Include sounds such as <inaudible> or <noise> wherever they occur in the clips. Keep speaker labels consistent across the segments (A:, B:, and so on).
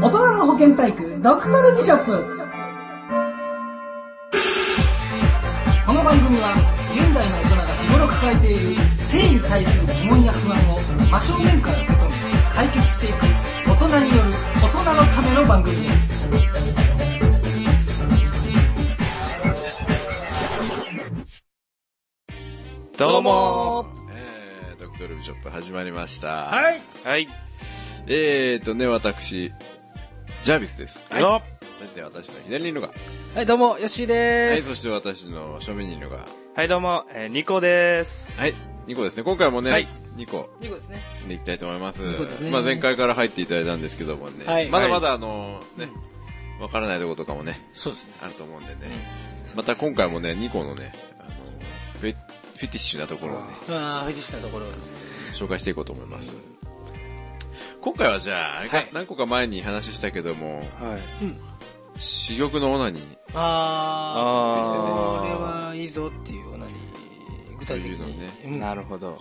A: 大人の保健体育ドクタルビショップこの番組は現代の大人が日頃抱えている性に対する疑問や不安を真正面から受け止め解決していく大人による大人のための番組です
B: どうもえー、ドクトルビショップ始まりました。い。
C: はい。
D: はい。
B: えーとね、私、ジャービスです。
D: はい。は
B: そして私の左にいるのが、
C: はい、どうも、よっしーで
B: はい、
C: ー
B: そし
C: す。
B: て私の正面にいるのが、
D: い、どうも、えー、ニコです。
B: はい、2個ですね。今回もね、
D: はい
B: 2個
C: はい、ですね。
B: でいきたいと思います。
C: 二個ですね
B: まあ前回から入っていただいたんですけどもね、
C: はい
B: まだまだあのね、わからないところとかもね、
C: そうですね。
B: あると思うんでね、また今回もね、2個のね、あのフェフェティッシュなところをね、
C: あー、フェティッシュなところ。
B: 紹介していこうと思います。今回はじゃあ、あれか
C: はい
B: 何個か前に話したけども、
D: はい。
B: 珠玉のオナニー
C: あ
D: あ
C: ー、
D: ー
C: これはいいぞっていうオナニー、具
B: と
C: 体的
B: いうのを
C: に。
B: ね、
C: うん
D: なるほど。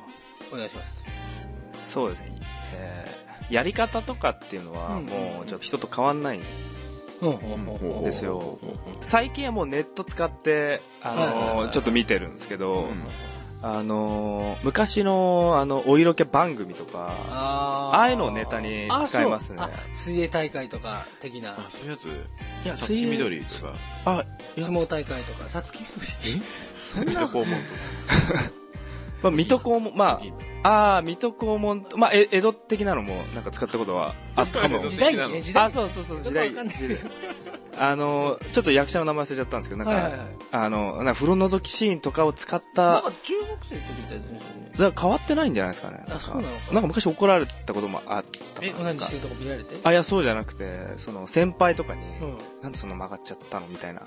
C: お願いします。
D: そうですね。えー、やり方とかっていうのは、
C: うん
D: もう、ちょっと人と変わんないん
C: ほうほうほうほう
D: ですよ。最近はもうネット使って、あ
C: はいはいはい
D: の
C: は
D: ー、
C: い
D: ちょっと見てるんですけ
B: う
D: ど、
B: ん
D: あのー、昔の、あの、お色気番組とか、
C: あー
D: ああいうのをネタに使いますね
C: あそうあ水泳大会とか的な。
B: あそういうやつ
C: いや
B: さつきみどりとか
D: あ、
C: 相撲大会とか、さつきみどり。そん
B: 水
C: な
B: 戸黄門と
C: <laughs>
B: か
D: まあ、水戸黄門、ま
B: いいね
D: あ、ああー、水戸黄門、まあ、え江戸的なのも、なんか使ったことはあったかも。
C: 時代にね、時代
D: あ、そうそうそう、時代
C: わかんない
D: 時代あの、ちょっと役者の名前忘れちゃったんですけど、なんか、
C: はいはいはい。
D: あの、なんか風呂覗きシーンとかを使った、
C: な
D: だ
C: ん
D: か
C: か中学生の時みたいですね。
D: ら変わってないんじゃないですかね。
C: あそうなのか
D: なんか昔怒られたこともあった
C: え、
D: か
C: オ
D: な
C: ナ
D: ん
C: ニー
D: か
C: してるとこ見られて
D: あ、いや、そうじゃなくて、その、先輩とかに、
C: うん。
D: なんでそんな曲がっちゃったのみたいな。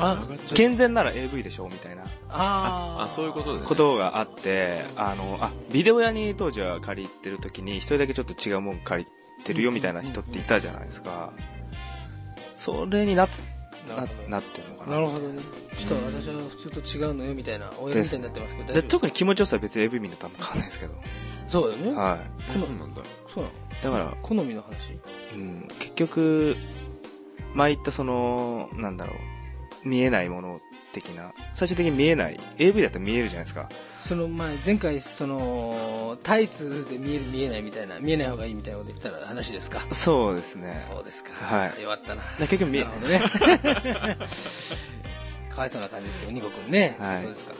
C: あ、
D: 健全なら AV でしょみたいな
C: あー
B: あそういうことでね
D: ことがあって、あの、あ、ビデオ屋に当時は借りてる時に、一人だけちょっと違うもん借りてるよみたいな人っていたじゃないですか。それになって、
C: な
D: な
C: るほど
D: なってるのかな
C: なるほどねちょっと私は普通と違うのよみたいな親みたいになってますけど
D: で
C: 大丈夫
D: 特に気持ちよさは別に AV 見るとあんま変わんないですけど、
C: そうだよね
D: は
B: あそうなんだ
C: そうなの
D: い、だから、
C: 好みの話
D: うん、結局前言ったそのなんだろう見えないもの的な最終的に見えない AV だったら見えるじゃないですか
C: その前前回そのタイツで見える見えないみたいな見えない方がいいみたいなこと言ってたら話ですか
D: そうですね
C: そうですか
D: はい
C: 弱ったな
D: だ結局見え
C: なるほどね <laughs> かわいそうな感じですけどニコ君ね
D: はい
C: そうですか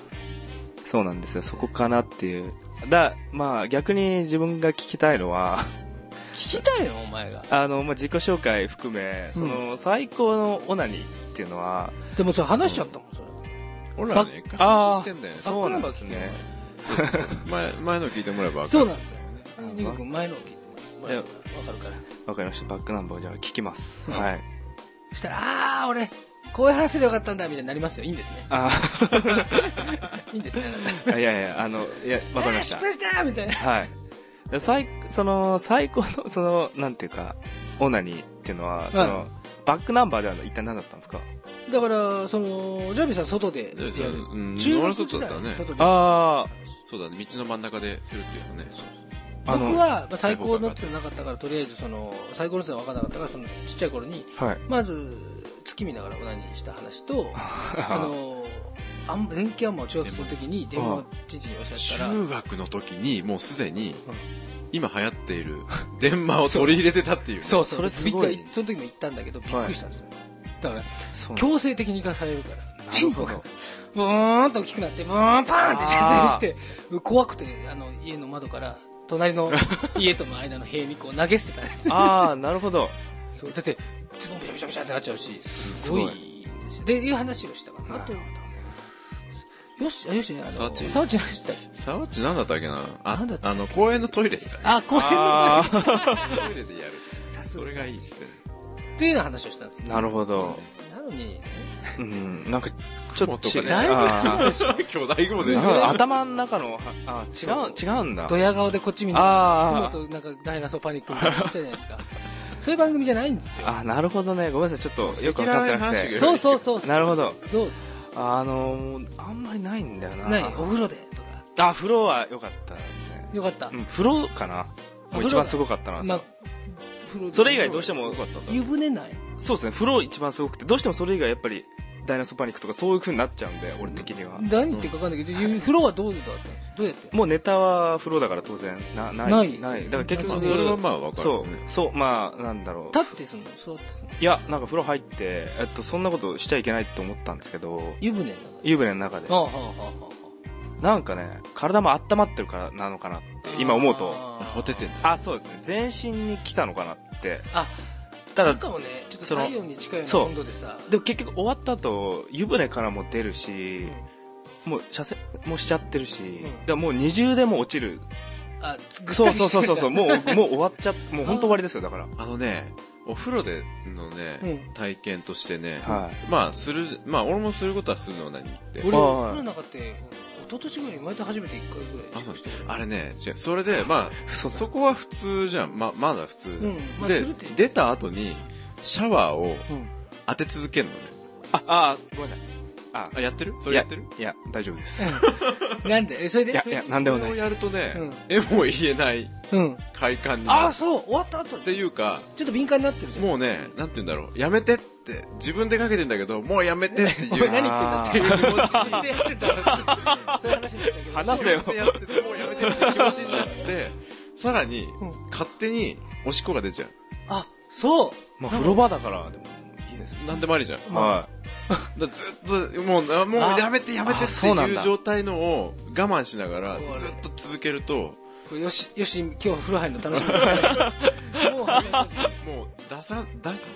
D: そうなんですよそこかなっていうだまあ逆に自分が聞きたいのは <laughs>
C: 聞きたいのお前が
D: あの、まあ、自己紹介含めその、最高のオナニーっていうのは
C: でもそれ話しちゃったもんそれ
B: 俺らね
D: あ
B: 話してんだよね
C: あ
D: そうなんですね
B: 前前の聞いてもらえば
C: そう
B: な
C: なんですよニコ君前のを聞いてもらえばわかるから
D: わかりましたバックナンバーをじゃあ聞きます、
C: うん
D: はい
C: そしたら、あー、俺、こういう話すればよかったんだ、みたいになりますよ。いいんですね。
D: あ
C: いいんですね。
D: ーいやい <laughs> やあのいやわかりました
C: えー失敗したみたいな。
D: はい。で最、その、最高の、その、なんていうか、オナニーっていうのは、その、バックナンバーでは一体何だったんですか
C: だから、その、ジョビーさん外でやる。
B: うん
C: 中
B: 俺
C: 学
B: 外
C: 時
B: だ
C: 代
B: ったね
C: 外で
D: あ
B: そうだね道の真ん中でするっていうのね
D: あの
C: 僕は、まあ、最高のっていうのはなかったから、とりあえず、その、最高のっていうのは分からなかったから、その、ちっちゃい頃に、
D: あ。はい。
C: まず、月見ながらオナニーした話と、あの、あん電気あんまを中学生の時に電話を父に教えたら、
B: 中学の時にもうすでに
C: うん
B: 今流行っている電話を取り入れてたっていうね
D: そう
C: そ
D: それす
C: びっ
D: ご
C: く
D: い
C: りその時も行ったんだけど、びっくりしたんですよ。だから、
D: そうな
C: 強制的に行かされるから。チン
D: る
C: コ
D: ほ
C: が
D: ど。
C: ブーンと大きくなって、ブーンパーンって射精して、怖くて、あの、家の窓から、
D: <laughs>
C: 隣の家との間の塀にこう投げ捨てたんですよ。
D: ああ、なるほ <laughs> ど。
C: そう、だって、ズボンビシャビシャビシャってなっちゃうし、すごい
D: す
C: んですよ。で、いう話をしたから。あと、よし、あよしね、あの、
B: サーチ
C: サーチの話だよ
B: サワッチ何だったっけなあ
C: なんだったっけ
B: あの公園のトイレっすか
C: あ、公園の
D: ああ、
B: トイレでやる
C: さす
B: そ
C: が
B: れがいいっすね
C: っていうような話をしたんですよ。
D: なるほど。 <laughs>
C: なのにね、
D: うん、なんか、ちょっと違う。
B: だい
D: あ
B: ぶ違う巨大雲
D: ー
B: でし
D: なんか
B: ょ
D: 頭の中の、あ、違う、違うんだ。
C: ドヤ顔でこっち見ながら、
D: あー
C: 雲となんかダイナソーパニックみたいなのやってたじゃないですか。そういう番組じゃないんですよ。
D: あ、なるほどね。ごめんなさい。ちょっと、よくわかってな
B: 赤裸々な
D: く
B: 話
D: て。
C: そうそうそう。
D: なるほど。
C: どうです
D: あの、あんまりないんだよな。
C: 何お風呂でとか
D: あ、風呂は良かったですね。
C: よかった、
D: うん、風呂かな
C: あ
D: もう一番すごかったのは、
C: まあ風呂
D: それ以外どうしても
B: すごかったんだ
C: 湯船ない
D: そうですね風呂一番すごくてどうしてもそれ以外やっぱりダイナソーパニックとかそういう風になっちゃうんで俺的には
C: 何言ってるか分かんないけど、湯風呂はどうだったんですかどうやって
D: もうネタは風呂だから当然なない
C: ないですよ
D: だから結
B: まあ
D: 局
B: そ
D: そ
B: れ
D: れ
B: はまあわかる
D: そ
B: よ
D: う
B: ね。
D: そうまあなんだろう
C: 立ってすんの座ってすんの
D: いやなんか風呂入って、えっと、そんなことしちゃいけないと思ったんですけど
C: 湯船の
D: 湯船の中で
C: ああはあはあは
D: なんかね体も温まってるからなのかなって今思うと
C: あ
B: ホテてんだ。
D: あそうですね全身に来たのかなって
C: あ
D: た
C: な
D: だ
C: んかもねちょっと
D: その
C: 太陽に近いような
D: そう
C: 温度でさ
D: でも結局終わった後湯船からも出るし、もう射精もうしちゃってるし、
C: ん
D: でもう二重でもう落ちる
C: あぐった
D: そう
C: りして
D: そうそうそうそうもうもう終わっち <laughs> ゃもう本当終わりですよだから
B: あのね、お風呂でのね、
C: うん
B: 体験としてね、
D: は
B: まあ、する、まあ、俺もすることはするのは何って。
C: <laughs> 俺
D: はい
C: お風呂の中って一昨年ぐらいに生まれて初めて1回ぐら
B: あ
C: い
B: そう
C: して
B: あれね、違うそれで、まあ、そこは普通じゃん。ま、まだ普通。
C: うんまあ
B: で
C: つるって、
B: 出た後に、シャワーを
C: うん
B: 当て続けるのね。
D: ああごめんなさいあ
B: あ、やってるそれやってる
D: いや大丈夫です
C: なんでえそれで
D: いや
C: それ
D: いやなんでも
B: そ
D: な
B: れ
D: い
B: をやるとね、
C: うん
B: えも言えない
C: うん
B: 快感にな
C: あ
B: る
C: あそう終わった後
B: っ
C: ち
B: ていうか、
C: ょっと敏感になっ
D: <laughs>
C: てるじゃん
B: もうね、なんて言うんだろう、やめてって、自分でかけてんだけど、もうやめてっていう。
C: おい何言ってんだっていう気持ちでやってたらそういう話になっちゃうけど
D: 話せよ
B: やっててもうやめてっていう気持ちになって、さらに、
C: うん
B: 勝手に、おしっこが出ちゃう。
C: あそう
D: まあ風呂場だからでもいいです
B: なんでもありじゃん。だか
D: は
B: らずっと、もう、あもう
D: あ
B: やめてやめ
D: あ
B: てって
D: そうなん
B: いう
D: だ
B: 状態のを我慢しながら、
C: そうね
B: ずっと続けると、
C: よし、よし、今日風呂入るの楽しみだねもう
B: もう出さ、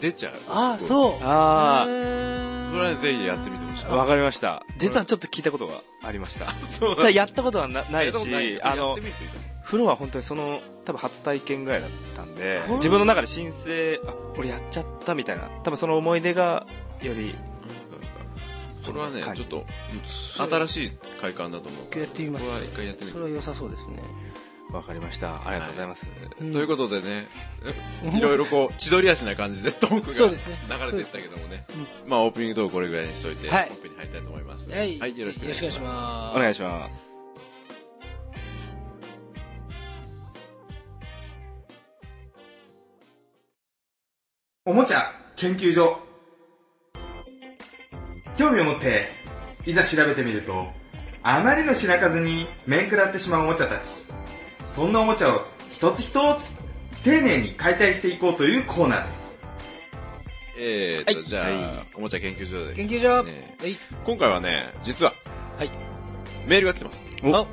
B: 出、出ちゃう。
C: ああ、
B: う。
C: そう。
D: あー
B: それはぜひやってみてほしい。
D: わかりました実はちょっと聞いたことがありま <laughs> した
B: そう
D: ただやったことはなない
B: やったことない
D: し
B: けど
D: あ
B: やっ
D: の
B: てみるといいかも
D: 風呂は本当にその多分初体験ぐらいだったんで
C: あ
D: 自分の中で申請あ俺やっちゃったみたいな多分その思い出がより
B: それはね
D: 感
B: ち
D: じ
B: ょっと
C: れ
B: 新しい快感だと思う
C: 一回やってみます
B: これは一回やってみ
C: そ
B: る
C: れは良さそうですね。
D: わかりましたありがとうございます、
B: と
C: うん
B: いうことでね、いろいろこう、千鳥足な感じでトーク
C: そうですね
B: が流れてきたけどもね。まあ、オープニングトークこれぐらいにしといて、
C: はい
B: 本編に入りたいと思います。
C: はい、
B: よろしくお願いします。
C: ま
D: お願いしますおもちゃ研究所興味を持っていざ調べてみるとあまりの品数に面食らってしまうおもちゃたちそんなおもちゃを一つ一つ丁寧に解体していこうというコーナーです
B: えーと、
C: はい
B: じゃ
D: は
B: あ、おもちゃ研究所で。
C: 研究所、
B: ね
C: はい。
B: 今回はね、実は、
C: はい
B: メールが来てます。
C: あ、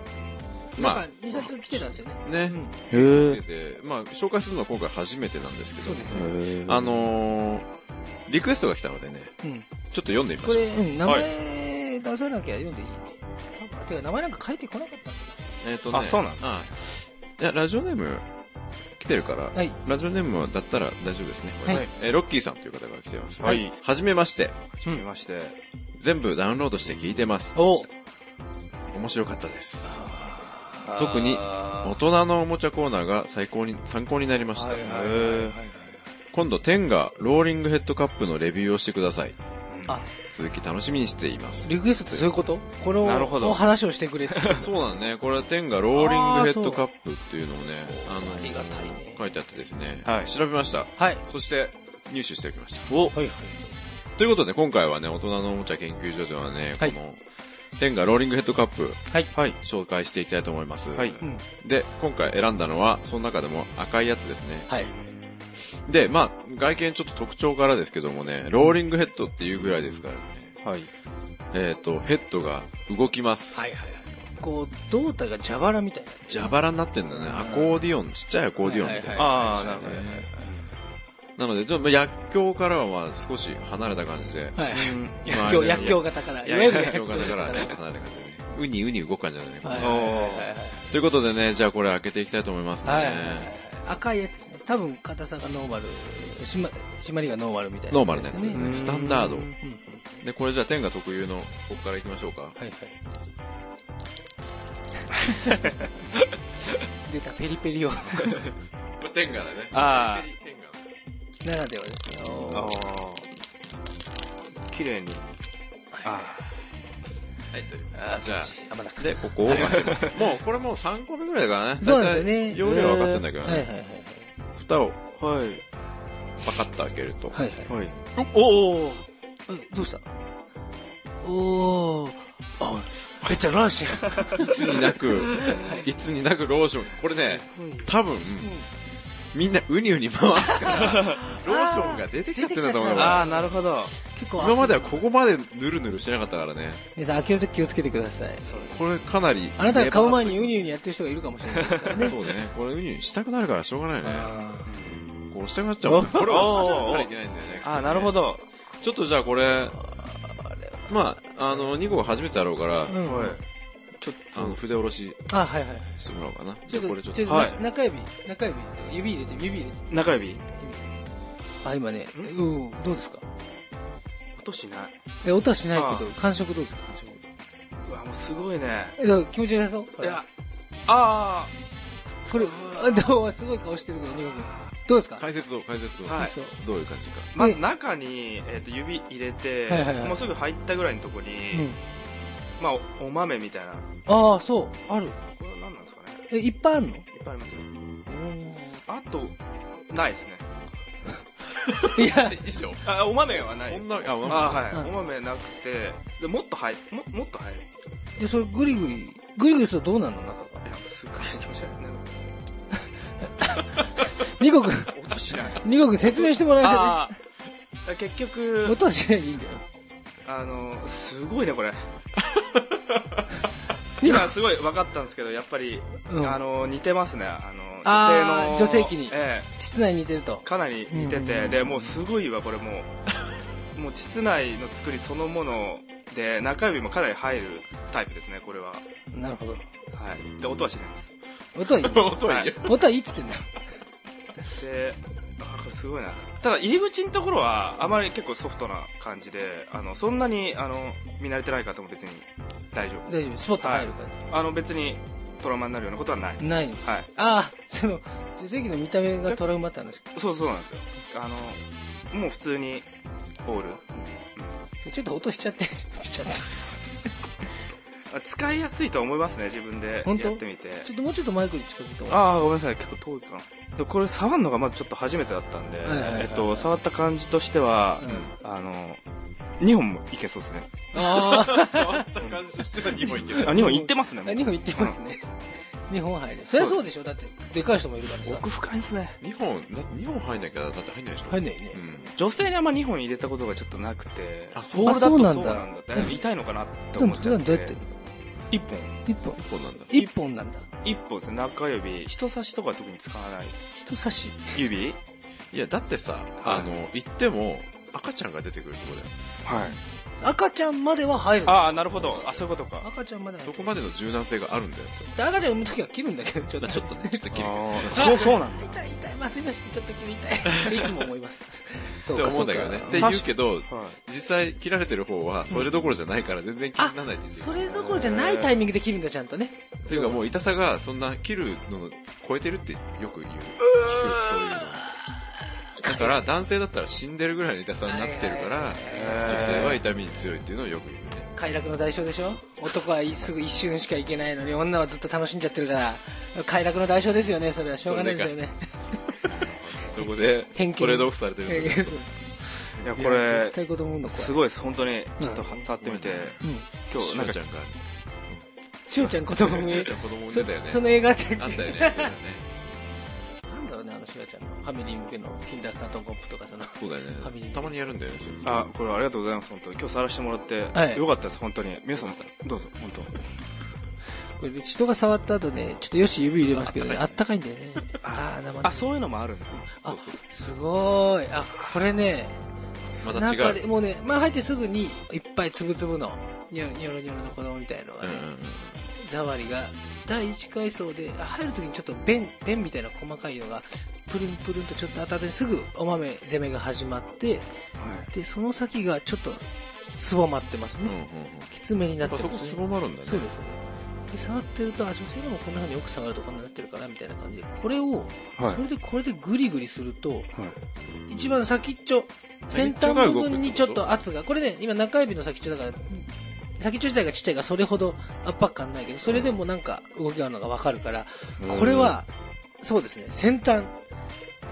B: ま
C: なんか2冊来てたんですよね。
B: あ、ね。
D: へ
B: ででまあ、紹介するのは今回初めてなんですけ
C: そ
B: ど
C: う、ですね。
D: え
B: あのー、リクエストが来たのでね、
C: うん。
B: ちょっと読んでみま
C: こ
B: しょ
C: れ、
B: う。
C: うん、名前出さなきゃ読んでいい多分てか、名前なんか書いてこなかったんだ
B: えっ、とね。
D: あそうなん
B: あいや、ラジオネーム来てるから、
C: はい
B: ラジオネームだったら大丈夫ですね。
C: はい
B: えーロッキーさんという方が来てます。
D: はい
B: はじめまして。
D: はじめまして
B: 全部ダウンロードして聞いてます。
C: お
B: 面白かったです。特に大人のおもちゃコーナーが最高に、参考になりました。今度、テンがローリングヘッドカップのレビューをしてください。
C: あ、
B: 続き楽しみにしています。
C: リクエストってそういうことこの
D: なるほど
C: の話をしてくれって。
B: そうだね。これはテンがローリングヘッドカップっていうのをね、あの、
C: ありがたいね
B: 書いてあってですね、
D: はい
B: 調べました。
C: はい。
B: そして、入手しておきました。
D: お
C: はいはい。
B: ということで、今回はね、大人のおもちゃ研究所ではね、
C: はい
B: この、テンガローリングヘッドカップ、
C: はい。
D: はい
B: 紹介していきたいと思います。
D: はい
C: うん。
B: で、今回選んだのは、その中でも赤いやつですね。
C: はい。
B: で、まあ、外見ちょっと特徴からですけどもね、ローリングヘッドっていうぐらいですからね、
D: はい
B: えっ、と、ヘッドが動きます。
C: はいはいはい。こう、胴体が蛇腹みたいな。
B: 蛇腹になってんだね。アコーディオン、ちっちゃいアコーディオンみたいな。
C: はいはい
D: ああなるほどね
B: なので、ちょっと薬莢からはまあ少し離れた感じで、
C: はい。
B: 今
C: 薬莢、薬莢型から。いわゆる
B: 薬
C: 薬
B: 莢
C: 莢
B: から
C: 型から。
B: 離れた感じでね、ウニウニ動かんじゃない
C: はい
D: お
C: はいはいはい
B: ということでね、じゃあこれ開けていきたいと思いますね。
C: はいはいはい。赤いやつですね。多分、硬さがノーマル、しま、締まりがノーマルみたいな。
B: ノーマルなやつ、
C: ですね。
D: うん
B: スタンダード。
C: うんうん
B: で、これじゃあ天が特有の、ここから行きましょうか。
C: はいはい。出たペリペリを。
B: これ天がだね。
D: あ
B: 天が。
C: ならではですね。お
D: あ
C: ー
D: 綺麗にあ
B: はい、という。
C: あー、
B: じ
C: じゃ
B: ゃ
C: あ、まだ
B: あ、
C: か。
B: で、ここを開けます。もうこれもう3個目ぐらいだからね。
C: そうなんですよ
B: 大体容
C: ね
B: 量は分かってんだけど
C: はいはい
B: ね。
C: はい。
B: 蓋
D: は
B: を
D: い
B: パカッと開けると。
C: はいはい。
B: はい。
C: おおえ、どうしたおおあ、めっちゃローション。
B: いつになく、 <laughs> いつになくローション。これね、多分、みんなウニウニ回すから、 <laughs> ローションが出てきちゃってるんだと思う
C: 出てきちゃったんだ
B: よ。
D: ああ、なるほど。
C: 結構、
B: 今まではここまでぬるぬるしてなかったからね。
C: 皆さん開けるとき気をつけてください。
B: これかなり。
C: あなたが買う前にウニウニやってる人がいるかもしれないですからね。
B: そうね。これウニウニしたくなるからしょうがないね。こうしたくなっちゃ
D: お
B: う。
D: ー
B: これをしたくならいけないんだよね。
D: ああ、なるほど。
B: ちょっとじゃあこれ、まあ、あの、2号初めてだろうから、
C: うん
E: はい
B: ちょっと、あの、筆下ろし
C: あ、はいはい。
B: してもらおうかな。
C: ち
B: じゃ
C: ょっ
B: あ
C: と、
B: これ
C: ち
B: ちょ
C: ょっ
B: っ
C: と、
B: と、
D: はい
C: 中指、中指って、指入れて、指入れて。
D: 中指
C: あ、今ね、うん、どうですか
D: 音しない。
C: え、音はしないけど、感触どうですか感触。
D: うわ、もうすごいね。
C: え、だから気持ちよさそうこ
D: い
C: れ
D: や、あ
C: これ、あどうすごい顔してるけど、ニコ君。どうですか
B: 解説を、解説を。
D: はい
C: そう
B: どういう感じか。
D: あ、ま
C: で
D: ず中に、えっと、指入れて
C: はいはいはい、
D: もうすぐ入ったぐらいのとこ
C: う
D: に
C: ん、
D: まあ、おお豆みたいな。こ
C: ああ、そう、ある。
D: れは何なんですかね。
C: え、いっぱいあるの
D: いっぱいありますよ。あと、ないですね。
C: いや、
B: いいっすよ。
D: あ、お豆はない
B: そ
D: です
B: ん。な、あ、
D: あ
B: まあ
D: はい、
C: はい
D: お豆なくてでもっと入ももっと入る
C: で、それグリグリ、グリグリするとどうなるの中が。
D: いやすっごい気持ち悪いね <laughs>
C: ニコ君、
D: 音しない
C: ニコ君説明してもらえな
D: <laughs> ああ結
C: い
D: 局
C: 音はしないでいいんだよ。
D: あのすごいねこれ
C: <laughs> 今
D: 今すごい分かったんですけどやっぱり、
C: うん
D: あの似てますねあの
C: あ
D: 女性
C: ー
D: の
C: 女性器に
D: え
C: 室内に似てると
D: え。かなり似てて、
C: うん
D: でもうすごいわこれも
C: <laughs>
D: うもう室内の作りそのもので中指もかなり入るタイプですねこれは、は
C: なるほど。
D: い、で音はしない
C: 音はいい。
B: 音はいいよ。
C: 音はいいっつってんだよ。
D: であこれすごいなただ入り口のところはあまり結構ソフトな感じであのそんなにあの見慣れてない方も別に大丈
C: 大丈夫、スポット入るから。
D: 夫あの別にトラウマになるようなことはない
C: ないの。
D: はい
C: ああ、その、女性器の見た目がトラウマって話か。
D: そうそうなんですよあのもう普通にオール
C: ちょっと音しちゃって。し <laughs> ちゃった。
D: あ使いやすいとは思いますね自分で
C: 本当
D: やってみて
C: ちょっともうちょっとマイクに近づいた方が
D: ああごめんなさい結構遠いかなでもこれ触るのがまずちょっと初めてだったんで、
C: はいはいはい
D: えっと、触った感じとしては、あの2本もいけそうですね
C: ああ。
B: 触った感じとしては2本いける。
D: あ2本いって
C: <laughs>
D: ますねもう
C: 日本行ってますね。日本入る。そりゃそうでしょ。だって、でかい人もいるからさ。
D: 奥深いですね
B: 2本、だって2本入んなきゃ、だって入んないでしょ。
C: 入んないよね
B: う。ん。
D: 女性にあんま2本入れたことがちょっとなくて
B: あ
D: ボールだとそ
C: あそうう
D: な
C: なんんだ
D: だ痛いのかなって
C: で
D: 思
C: も、
D: っ
C: 普
D: ちゃっ
C: 段
D: て
C: どうやって
D: 1本
C: 一本
B: 1本なんだ。
C: 一本なんだ。
D: 1本ですね中指人差しとかは特に使わない
C: 人差し。
D: 指
B: いや、だってさ、あの、行っても、赤ちゃんが出てくるとこだよ。
D: はい
C: 赤ちゃんまでは入る。
D: ああなるほどあそういうことか
C: 赤ちゃんまでは
B: そ
C: 入
B: こま
C: る。
B: での柔軟性があるんだよ。
C: で赤ちゃん産むときは切るんだけど、ちょっと。
B: ちょっとね、ちょっと切る。
D: そうそうなんだ
C: 痛い痛い痛い。まあ、すいません。ちょっと切り <laughs> たい。いつも思います。そ
B: って思うんだけどね。っ
C: そうか
B: て言うけど、
D: はい
B: 実際切られてる方はそれどころじゃないから全然気にならないって言って
C: それどころじゃないタイミングで切るんだ、ちゃんとね。
B: っていうかもう痛さがそんな切るのを超えてるってよく言う聞くそういうのだから男性だったら死んでるぐらいの痛さになってるから
D: い
B: 女性は痛みに強いっていうのをよく言うね
C: 快楽の代償でしょ男はすぐ一瞬しか行けないのに女はずっと楽しんじゃってるから快楽の代償ですよねそれはしょうがないですよね
B: そこで
C: 偏見
B: トレードオフされてるんだけど
C: <laughs>
D: いやこ
C: いや
D: れ
C: 絶対子供産んだ
D: す
C: 怖い
D: ごいです本当にちょっと触ってみて
C: うん
D: 今日
B: し
D: な
B: お
D: んか
B: ちゃんが
C: しおちゃん子供産
B: <laughs>
C: む
B: しおちゃん子供産んでたよね
C: そその映画って
B: あったよね
C: なんだろうねあのしおちゃんのファミリー向けのキンダーカートンポップとかその
B: そうだよね
C: ファミリー
B: たまにやるんだよねそういうの
D: あこれありがとうございます本当に今日触らせてもらって、
C: はい
D: よかったです本当に皆さんもどうぞ本
C: これ人が触った後ねちょっとよし指入れますけどねあったかいんだよねああ生
D: 当
C: で
D: あそういうのもあるんだ
C: あすごいあこれね
B: また違
C: 中で
B: う
C: もうね、まあ、入ってすぐにいっぱいつぶつぶのニョニョロニョロの子供みたいのが
B: うん
C: ね
B: うん、うん
C: ザワリが第一階層であ入るときにちょっと便便みたいな細かいのがプルンプルンとちょっと当たってすぐお豆攻めが始まってでその先がちょっとすぼまってますね、
B: うんうんうん
C: きつめにな
B: や
C: っ
B: ってぱ
C: ます、
B: そ
C: ね、
B: こすぼまるんだね
C: そうですねで触ってるとあ女性でもこんな風によく触るとこんなになってるからみたいな感じでこれを
D: はい
C: それでこれでグリグリすると、一番先っちょ先端
B: が動
C: 部
B: くってこと
C: 分にちょっと圧がこれね今中指の先っちょだから先っちょ自体がちっちゃいからそれほど圧迫感ないけどそれでもなんか動きがあるのが分かるからこれはそうですね先
B: い
C: 端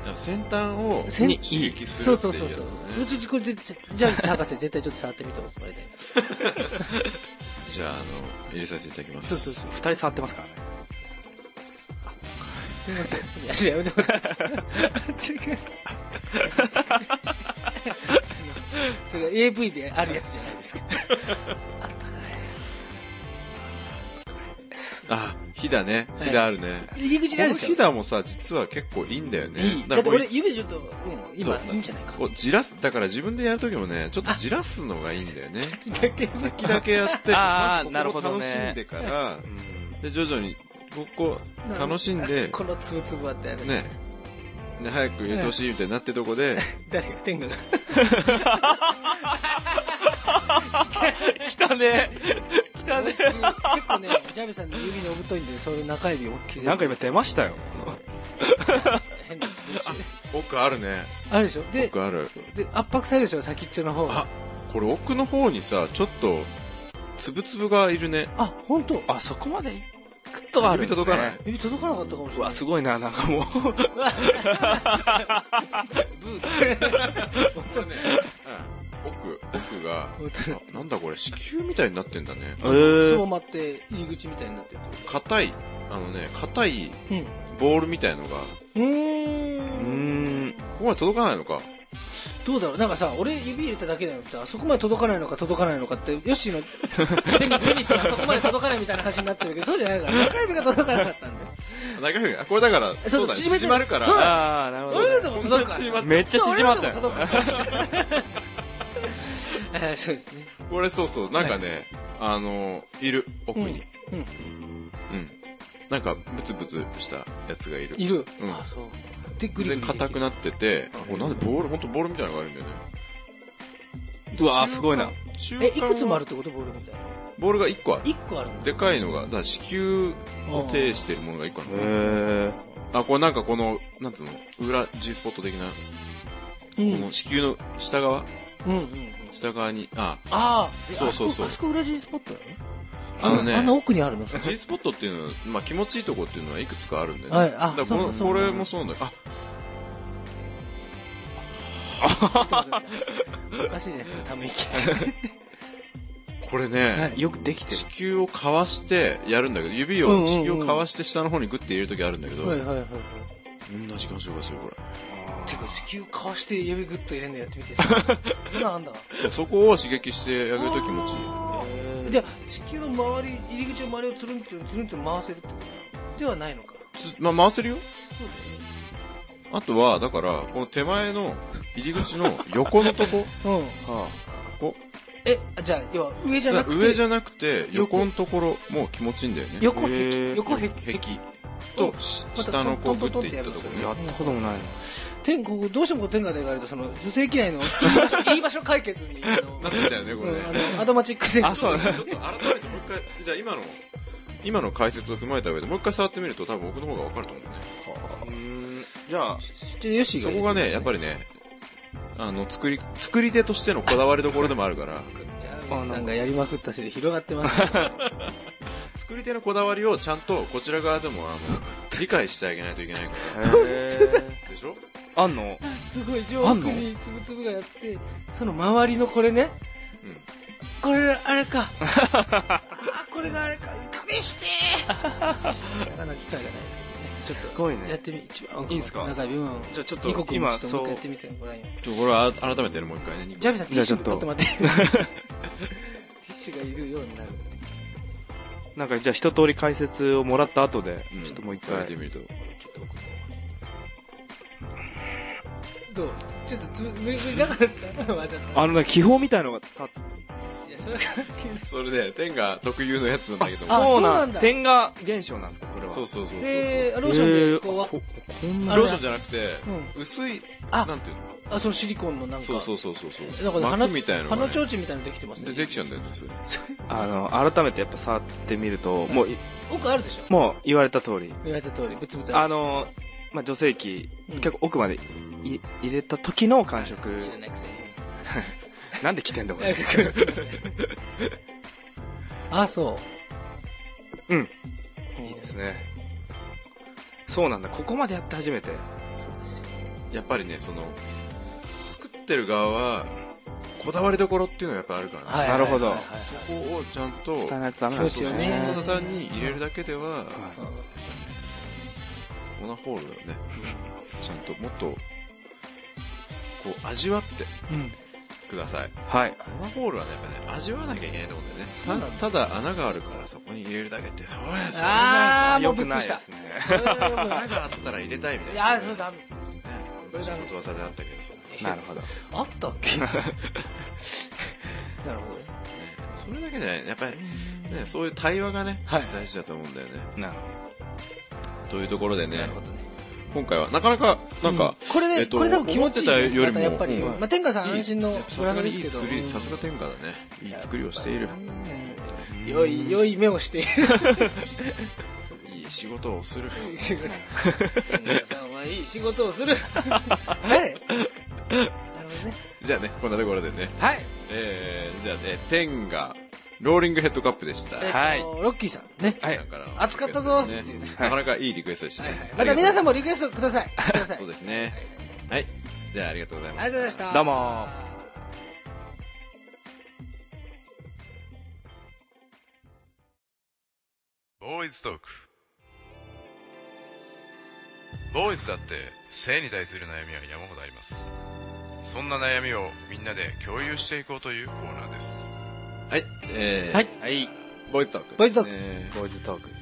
B: や先端を
C: 先
B: に刺激す
C: そ
B: る
C: う
B: って
C: そう
B: いう
C: そ
B: や
C: うそう
B: つね
C: うちうちこれ絶対ジャービス博士絶対ちょっと触ってみてもらいたいです
B: じゃああの入れさせていただきます
C: そうそうそう
F: 二人触ってますからね
C: いやいややめてもらいます
B: <laughs>
C: 違うそれ AV であるやつじゃないですか
B: あ火だね
C: はい
B: 火だあるね、
C: 入り口なんで
B: こ
C: す
B: の
C: よ
B: 火だもさ実は結構いいんだよね
C: いいだ
B: から
C: って
B: これ
C: 俺指ちょっと、うん、今
B: そう
C: いいんじゃないか
B: こうじらすだから自分でやるときもねちょっとじらすのがいいんだよね
C: だけど
B: 先だけや
C: <laughs>
B: って
F: あー
B: まず
F: なる
B: こ
F: ほ
B: こ
F: ど
B: を楽
F: ね
B: しんでから、で徐々にここ楽しんで
C: <laughs> このつぶつぶあってあれ、
B: ねで早く入れてほしいみたいになってとこで
C: 誰が天狗が
F: 来たね来たね
C: <laughs> 結構ねジャービスさんの指の太いんでそういう中指大きい
F: なんか今出ましたよ
C: 変な文章
B: 奥あるね
C: あるでしょで
B: 奥ある
C: で圧迫されるでしょ先っちょの方が
B: あこれ奥の方にさちょっとつぶつぶがいるね
C: あ本当
F: あそこまで行くとはあるんですね
B: 指届かない
C: 指届かなかったかもしれ
F: う
C: な
F: わ
C: い
F: すごいななんかもう
C: ブー
B: 本当ね、奥奥が
C: <laughs> ツ
B: あなんだこれ子宮みたいになってんだね
F: え
C: つ
F: ー
C: ぼまって入り口みたいになってる
B: 硬いあのね硬い
C: うん
B: ボールみたいのが
C: うん
F: うーん
B: ここまで届かないのか
C: どうだろうなんかさ俺指入れただけなのにさあそこまで届かないのか届かないのかってヨッシーの手に手にさあそこまで届かないみたいな話になってるけどそうじゃないから中指が届かなかったんだよ
B: 中身があこれだから
C: そう
B: だね
C: 縮めて
B: 縮まるから
C: そう
B: あ
F: ああなるほ
C: そ
F: ど
C: れだとも届くか
B: こんな縮
C: ら
B: まっ
F: めっちゃ縮まった
C: そ
F: よ
C: う俺らでも届くからえーそうですね
B: これそうそうなんかね、あのいる奥に
C: うんうん
B: うんなんかブツブツしたやつがいる
C: いる、
B: うん
C: あそうでグリグ
B: で
C: リ
B: 硬くなってておなんでボール本当ボールみたいなのがあるんだよね
F: うわーすごいな
B: 中間
C: えいくつもあるってことボールみたいな
B: ボールが1個ある
C: 一個あるの
B: でかいのがだから子宮を呈してるものが1個あるの
F: え
B: あ、これなんかこの、なんつうの、裏 G スポット的な、
C: うん
B: この子宮の下側
C: うんうんうん
B: 下側に、あ、
C: ああ
B: そうそうそう
C: あそこあそこ裏地スポットだよ
B: あのね
C: あんな奥にあるの
B: G スポットっていうのは、まあ気持ちいいとこっていうのはいくつかあるんだよね。
C: はいあ
B: だか
C: そう
B: らこの
C: だそうだ
B: これもそうなんだよ。あ、
C: おかしいじゃないですかため息って
B: これね、
C: はい
F: よくできてる
B: 子宮をかわしてやるんだけど、指を、
C: うんうんうん
B: 子宮をかわして下の方にグッて入れるときあるんだけど、
C: はいはいはいはい
B: 同じ感触がする、こ
C: てか子宮かわして指グッと入れんのやってみてさそんなんあんだ
B: れ。そこを刺激してあげると気持ちいい。
C: じゃあ子宮の周り入り口の周りをつるんつるんつるんつるん回せるってことではないのか
B: つまあ、回せるよ。あとは、だから、この手前の入り口の横のとこ、
C: うん
B: ここ
C: えあじゃあ要は上 <laughs> じゃなくて
B: 上じゃなくて横のところも気持ちいいんだよね
C: 横
F: へ
C: 壁
F: ー
C: 横壁
B: 壁とし
C: また
B: 下のこうグ
C: トントントン
B: ッ
C: ってて
B: いっ
C: や
B: た
C: る
B: と
C: んで
B: こ
C: すよ
B: ろね
F: やったこともない
C: 天ここどうしてもこう天下でがあるとその女性嫌いの <laughs> 言い場所言い場所解決にあの
B: なってたよねこれね
C: うんあのアドマチック戦
F: あそう
B: ちょっと改めてもう一回じゃあ今の今の解説を踏まえた上でもう一回触ってみると多分僕の方が分かると思うね
F: なじゃ
C: <laughs>
F: あ
C: よし
B: そこがねやっぱりねあの作り作り手としてのこだわりどころでもあるから
C: ジャービスさんがやりまくったせいで広がってますね
B: 作り手のこだわりをちゃんとこちら側でもあの理解してあげないといけないか
F: へ
B: らでしょ
F: ーあんの
C: <laughs> すごい上奥につぶつぶがやってその周りのこれね
B: うん
C: これあ
F: <laughs>
C: れかあーこれがあれか試してーなかなか機会がないですけどねちょっ
F: ごい
C: とやってみ一番奥の
F: いいんすか
C: 中指うん
F: じゃあちょっ
C: 二
F: と
C: 国も
F: 今
C: ちょっと
F: そう
C: もう一回やってみてごらんよ
B: ちょこれは改めてねもう一回ね
C: ジャービスさんティッシュ
F: じゃあ
C: 取っ
F: ち
C: て
F: ょ
C: もらっていいですかティッシュがいるようになる
F: なんかじゃあ一通り解説をもらった後で
B: うん
F: ちょっともう一
B: やっ
F: 回
B: てみると
C: どうちょっとつぶりなかったわざと
F: あのね気泡みたいのが立っ
C: いやそれは関係ない
B: それで天が特有のやつなんだけど
C: あ
F: そう
C: そうな
F: なんん
C: だ
F: 点が現象なんですかこれは
B: そうそうそうそうそう、
C: でローションでこうわ
F: えーここんな
C: あ
B: ローションじゃなくて、
C: う
B: 薄い
C: あ
B: なんていうの
C: あそのシリコンのなんか
B: そうそうそうそうそう
C: なんかね
B: 膜みたいなのが、
C: 鼻
B: ね
C: ち、ょうちんみたいなのできてますね
B: でできちゃうんだよねそれ
F: あの改めてやっぱ触ってみるともうい
C: 奥あるでしょ
F: もう言われた通り
C: 言われた通りブツブツ
F: あ
C: る
F: のまあ女性器
C: うん
F: 結構奥までい入れた時の感触
C: 知らないくせに
F: なんで来てんだこ
C: あ
F: れ
C: そうですね <laughs> あそ
F: うん
C: ういいで
F: ですねそうなんだここまでやって初めて
B: やっぱりねその作ってる側はこだわりどころっていうのがやっぱあるからね、
C: はい
F: なるほど
C: はいはいはい
B: そこをちゃんと
F: 伝えないとダメなんです
C: そう
F: ね
C: ですよね
B: ただ単に入れるだけでは、オナホールだよねちゃんともっとこう味わって
F: うん
B: ください
F: はい
B: オナホールはねやっぱね味わわなきゃいけないと思うんだよね
C: そうなん
B: たただ穴があるからそこに入れるだけってそうやそうや
C: あーも
F: よ
C: うび
F: く
C: っくり
F: な
C: し
F: いで
C: た
F: すね
C: これはよくない
B: 穴があったら入れたいみたい
C: い
B: な
C: やーそれダメです
B: これだことわざであったけどさ
F: なるほど
C: あったっ <laughs> けなるほどね
B: それだけじゃないやっぱり、ね、そういう対話がね、
C: はい
B: 大事だと思うんだよね
F: なる
B: というところでね
C: なるほどね
B: 今回はなかなかなんか、
C: これ
B: え
C: で、
B: っと
C: これでも気持ちいい
B: 思ってたよりも
C: またやっぱり、
B: うん
C: まあ、天下さん
B: いい
C: 安心の
B: さ
C: ブ
B: す
C: ラン
B: がに
C: ドで
B: い
C: す
B: い
C: けど
B: 作りさすが天下だねいい作りをしている
C: うん良い良い目をしている
B: いい仕事をする
C: 仕事天下さんはいい仕事を
B: <laughs>
C: する誰ですかなるほどね
B: じゃあねこんなところでね
C: はい、
B: えー、じゃあね天がローリングヘッドカップでした、
C: えっと
F: はい
C: ロッキーさんね
B: はい、からの
C: 熱かったぞ
B: リクエスト
C: っていう
B: で
C: ね
B: すねなかなかいいリクエストでしたね、
C: また皆さん
B: も
C: もリクエストくだ
B: <laughs>
C: さいください
B: そうですねはいじゃあありがとうございま
C: あ
B: す
C: りがとうございました
F: どうも
B: ボーイズトークボーイズだって性に対する悩みは山ほどありますそんな悩みをみんなで共有していこうというコーナーですはいえー、
C: はい
F: はい
B: ボーイズトーク
C: ボーイズトーク
B: え
F: ボーイズトーク
B: ー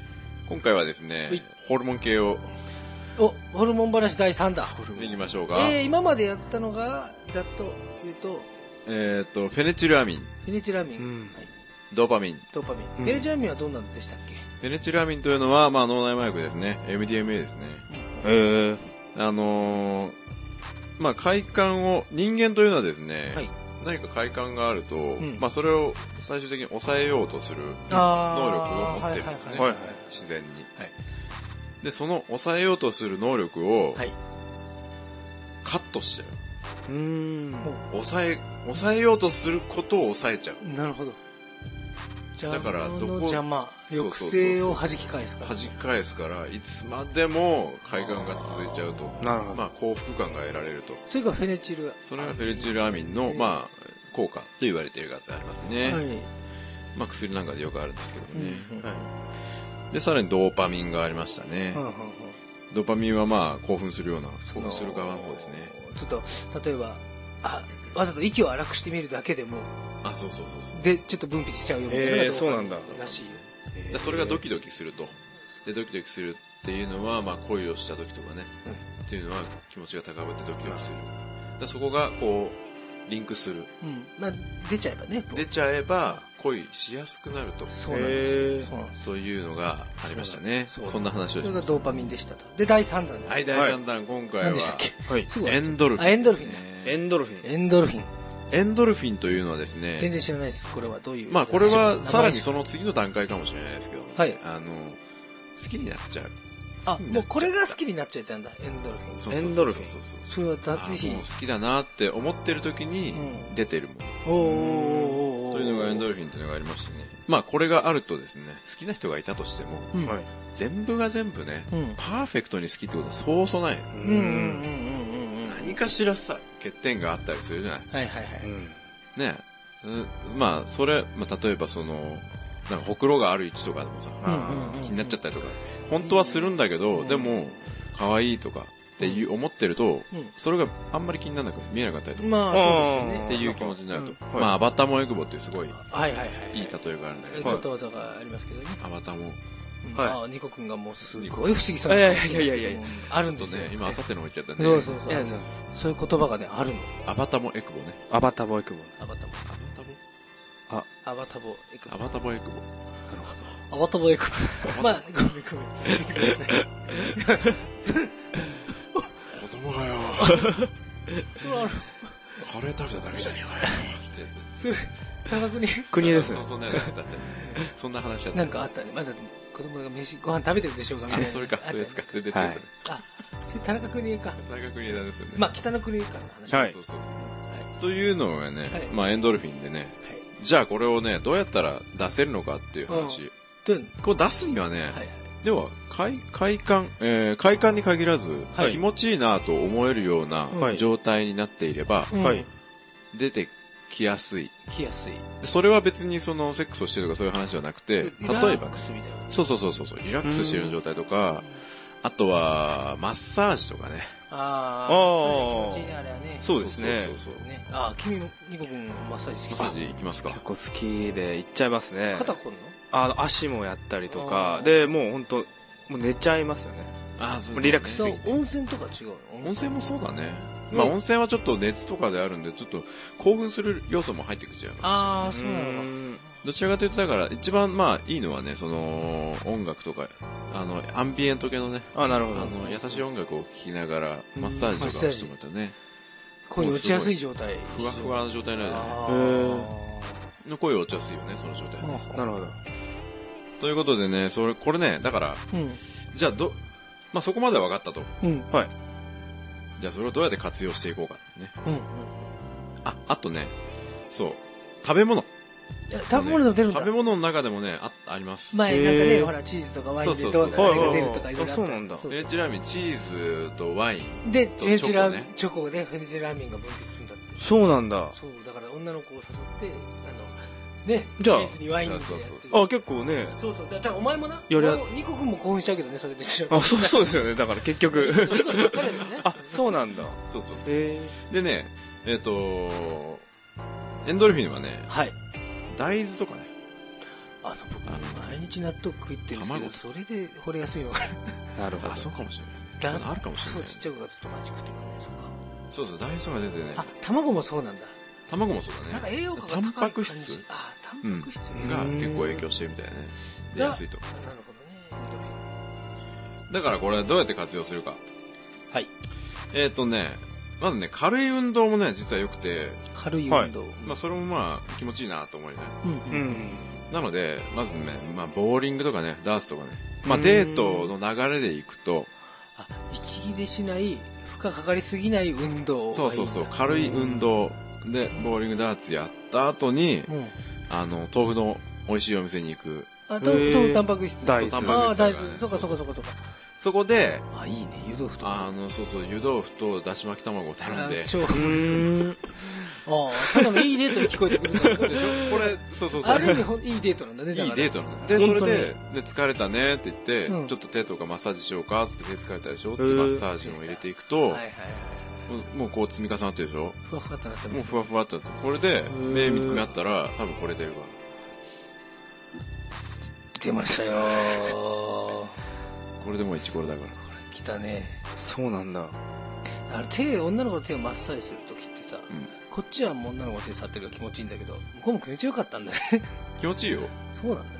B: 今回はですね
C: はい
B: ホルモン系を
C: おホルモン話第3弾
B: いきましょうか
C: えー、今までやったのがざっと言うと
B: えー、っとフェネチルアミン
C: フェネチラミン、
F: ん
B: ドーパミン
C: ドーパミ
F: う
C: ン、
F: ん
C: フェネチラミンはどんなのでしたっ
B: フェネチルアミンというのは、まあ、脳内麻薬ですね MDMA ですね
F: へえ
B: あのーまあ快感を人間というのはですね、
C: はい
B: 何か快感があると、
C: ん
B: まあ、それを最終的に抑えようとする
C: け能
B: 能力を持ってるんですね、
F: はいはいはい
B: 自然に、
C: はい
B: でその抑えようとする能力を
C: はい
B: カットしちゃう
F: うーん
B: 抑え抑えようとすることを抑えちゃう
F: なるほど
B: だからどこ
C: 邪魔の邪魔
B: そう
C: 抑
B: そうそうそう
C: 制を弾き返すから
B: 弾き返すからいつまでも快感が続いちゃうと
F: なるほど
B: まあ、幸福感が得られると
C: それがフェネチル
B: それがフェルチルアミンの、
C: うん
B: まあ、効果と言われているやつありますね、
C: はい、
B: まあ、薬なんかでよくあるんですけど
C: うん
B: ね、でさらにドーパミンがありましたね、
C: うんうんうん
B: ドーパミンはまあ興奮するような興奮する側の方ですね
C: ちょっと例えばあわざと息を荒くしてみるだけでも
B: あそうそうそうそう
C: でちょっと分泌しちゃうよみたいなのが
F: えーそうなんだ
C: ドーパミンらしいよ
B: でそれがドキドキするとでドキドキするっていうのは、まあ、恋をした時とかね、っていうのは気持ちが高ぶってドキドキするでそこがこうリンクする
C: うんまあ出ちゃえばねこう
B: 出ちゃえば恋しやすくなると
C: そうなんですよそうなんです
B: というのがありましたね
C: そうだ
B: そんな話を
C: そ
B: し
C: れ
B: ま
C: が
B: し
C: ドーパミンでしたとで第3弾
B: た
C: で
B: はい第3弾、今回
C: 何
B: は
C: でしたっけ
F: はい
C: すごい
B: エンドルフィ
C: あ
B: ン
C: エンドルフィンね
B: え
F: エンドルフィン
C: エンドルフィン
B: ーエンドルフィンというのはですね
C: 全然知らないですこれはどういう
B: まあこれ
C: 名前
B: はさらに
C: です
B: その次の段階かもしれないですけど、
C: はい
B: あの好きになっちゃう
C: あもうこれが好きになっちゃったんだエンドルフィン
B: そうそうそうそう
F: エンドルフィン
B: そうそうそう
C: それは
B: あ
C: だぜひ
B: もう好きだなって思ってる時に
C: う
B: 出てるもの、
C: おーおーおーおー
B: というのがエンドルフィンというのがありましてねまあこれがあるとですね好きな人がいたとしても
C: うん
F: はい
B: 全部が全部ね、
C: うん
B: パーフェクトに好きってことはそうそうない
F: うん
C: うんうんうんうんうん
B: 何かしらさ欠点があったりするじゃない
C: はいはいはい
F: うん
B: ねうんまあそれ、まあ、例えばそのなんかほくろがある位置とかでもさ、
F: うん
C: うんうん
B: 気になっちゃったりとか本当はするんだけど、
C: うん
B: でも可愛いとかっていう思ってると、それがあんまり気にならなく見えなかったりとか、
C: まあそうです
F: あ
C: よね
B: っ
F: ー
B: ていう気持ちになると、
F: うんはい
B: まあアバターもエクボっていうすごい
C: はいはいはい
B: いい例えがあるんだけど、
C: ことわざがありますけどね
B: アバターも
C: うん
F: はい
C: あーニコ君がもうすごい不思議そう
F: いやいやいやいやいや
C: うんある
B: ち
C: ん
B: ょ
C: で
B: っ
C: す
B: と
C: よ
B: ね今あさっての方行っちゃったね
C: そうそうそう
F: いやそう
C: そういう言葉がねあるの
B: アバターもエクボね
F: アバターボーイクボ
C: アバタボアバタボエク
B: アバターもエクボ
C: アバタボエク <laughs> まあごめんごめん続けてください
B: 子供がよ
C: それある
B: カレー食べただけじゃねえかよっ
C: すごい多額に
F: 国
B: て
F: ですね
B: そうそんなようなだってそんな話だった
C: なんかあったねまだ子供が飯ご飯食べてるでしょうかみたい
B: あ
C: な
B: それか
C: あ
B: そうですかそれでちょ
F: はい
B: っと
C: あそれ田中邦衛か
B: 大学に枝ですよね
C: まあ北の国からの話
F: はい
B: そうそうそうというのがね、
C: はい
B: まあエンドルフィンでねじゃあこれをねどうやったら出せるのかっていう話、
C: どうやんの
B: こう出すにはね、
C: はい
B: では快快感、えー快感に限らず、
C: はい
B: 気持ちいいなと思えるような
F: はい
B: 状態になっていれば、
C: うん
F: はい
B: 出てきやすい
C: 来やすい
B: それは別にそのセックスをしてるとかそういう話じゃなくて
C: リ
B: 例
C: ラ
B: え
C: ッ
B: ば
C: クスみたいな
B: そうそうそうそうそうリラックスしてる状態とかあとはマッサージとかね
C: あ
F: あー
C: あ気持ちいいねあれはね
F: そうですね
B: そうそうそう
C: ねあー君もニコ君マッサージ
B: マッ
C: 好きそ
B: サ
C: う
B: ージいきますか
F: 結構好きで行っちゃいますね
C: 肩こんの
F: あの足もやったりと
C: あ
F: か
C: ー
F: でもう本当もう寝ちゃいますよね
B: あーそうそう
F: リラックス
C: そう温泉とか違うの
B: 温泉もそうだね、まあ
C: うん
B: 温泉はちょっと熱とかであるんでちょっと興奮する要素も入ってくるじゃん
C: ああそうなのか
F: ん
B: どちらかというとだから一番まあいいのはねその音楽とかあのアンビエント系のね
F: あなる
B: あ
F: ほど
B: の優しい音楽を聴きながらマッサージとかをしてもらったらね
C: 声に打ちやすい状態
B: ふわふわな状態になるじゃな
C: あ
B: いの声を打ちやすいよねその状態
F: なるほど
B: ということでねそれこれねだから
C: ーうん
B: じゃあど、まあ、そこまでは分かったと
C: うん
B: じゃあそれをどうやって活用していこうかってね
C: うんうん
B: ああとねそう食べ物
C: いや食べ物でも出るんだ
B: 食べ物の中でもねああります
C: 前なんか
F: へ
C: ね
F: ー
C: ほらチーズとかワイン
B: そ
C: で
B: うそ
C: ど
B: う
C: う
B: そ
C: だ
B: う
C: あれが出るとかいろいろあ
F: はいはいは
C: った
F: いあそうなんだ
B: えちなみにチーズとワイン
C: で
B: と
C: フェルチラ
B: チョコね
C: チョコでフェルチラーメンが分泌するんだって
F: そうなんだ
C: そうだから女の子を誘ってあのね
F: じゃあ
C: チーズにワインみたいなやってる
F: あ結構ね
C: そうそうだからお前もな
F: やりゃ
C: お前もニコ君も興奮しちゃうけどねそれで一緒
F: あ <laughs> そうそうですよねだから結局
C: 彼らね
F: あそうなんだ
B: そうそう
F: え
B: でねえっ、とエンドルフィンはね
C: はい
B: 大豆とかね
C: あの僕毎日納豆食いってるんですけど
B: 卵
C: それで惚れやすいのかな
F: えなるほ
B: あそう
F: ど
B: かもしれない
C: だ
B: あるかもしれ
C: そ
B: な
C: う
B: い
C: ちっちゃい子がずっと毎日食ってるからねそうか
B: そうそう大豆が出てね
C: あ卵もそうなんだ
B: 卵もそう
C: な
B: だ
C: んか
B: ね
C: 栄養価が高い感じ
B: タンパク質
C: あタンパク質ね、
B: が
C: なる
B: 結構影響してるみたいね出やすいと
C: ほどね
B: だからこれはどうやって活用するか
C: はい
B: えっ、とねまずね軽い運動もね実は良くて、
C: 軽い運動、
B: まあ、それもまあ気持ちいいなと思いね
C: うん
F: うん
B: なのでまずね、まあ、ボーリングとかねダーツとかねまあ
F: うん
B: デートの流れで行くと
C: あ息切れしない負荷かかりすぎない運動がいいんだ
B: そうそうそう軽い運動でボーリングダーツやった後に
C: うん
B: あの豆腐の美味しいお店に行く
C: あと
F: へー
C: とタンパク質
F: 大
B: 豆
F: 豆
C: ああ大
B: だからね
C: 豆そうかそうかそうかそうか
B: そこで
C: あいいね湯豆腐と
B: あ
C: か
B: のそうそう湯豆腐とだし巻き卵を頼んで
C: あ超あ
F: うん
C: あただのいいデートに聞こえてくるから
B: でしょこれそうそうそう
C: ある意味ほんいいデートなんだねだ
B: い
C: から
B: いデートなのでそ
F: 本
B: れ
F: 当に
B: でで疲れたねって言って、
C: うん
B: ちょっと手とかマッサージしようかっつって手疲れたでしょって
F: へー
B: マッサージも入れていくと、
C: はいはいはい
B: もうもうこう積み重なってるでしょ
C: ふわふわとなって
B: もう
C: ます
B: ふわふわっとこれで
F: ー
B: 目見つめ合ったら多分これ出るわ
C: 出ましたよー
B: これでもうイチコロだから
C: 来たね
F: そうなんだ
C: あの手女の子の手をマッサージするときってさ、
B: ん
C: こっちはもう女の子の手触ってるから気持ちいいんだけど向こうも気持ちよかったんだね
B: 気持ちいいよ
C: そうなんだね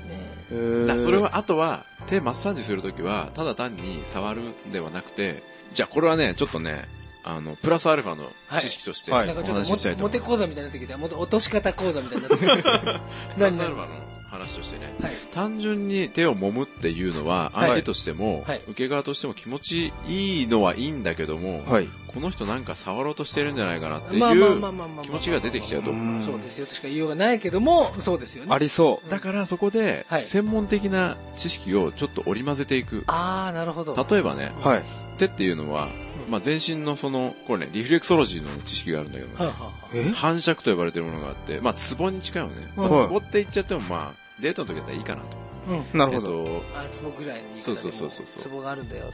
F: え
B: だからそれはあとは手マッサージするときはただ単に触るんではなくてじゃあこれはねちょっとねあのプラスアルファの知識としてお
F: はい
C: なんかちょっ
B: 話
C: と
B: しした
C: モ
B: い
C: テ
B: と思
C: モ
B: い
C: テ
B: ます、
C: 講座みたいになってきたもっと落とし方講座みたいにな
B: <laughs>
C: ってきた
B: プラスアルファの話としてね
C: はい
B: 単純に手を揉むっていうのは
C: はい
B: 相手としても、
C: はい
B: 受け側としても気持ちいいのはいいんだけども、
F: はい
B: この人なんか触ろうとしてるんじゃないかなってい
C: まあまあまあ
B: う
C: まあまあまあ
B: 気持ちが出てきちゃうと
F: うん
C: そうですよとしか言いようがないけどもそうですよね
F: ありそ
B: だからそこで
C: はい
B: 専門的な知識をちょっと織り交ぜていく
C: ああなるほど
B: 例えばね
F: うはい
B: 手っていうのは、まあ、全身のそのこれねリフレクソロジーの知識があるんだけどね、
C: はいはいはい
F: え
B: 反射区と呼ばれてるものがあってまあツボに近いよね、
C: はい
B: まあ、ツボって言っちゃってもまあデートの時だったらいいかなと
C: うん
F: なるほど
B: えっと
C: あツボぐらいの言い方で
B: そ
C: も
B: うそうそうそうそう
C: ツボがあるんだよ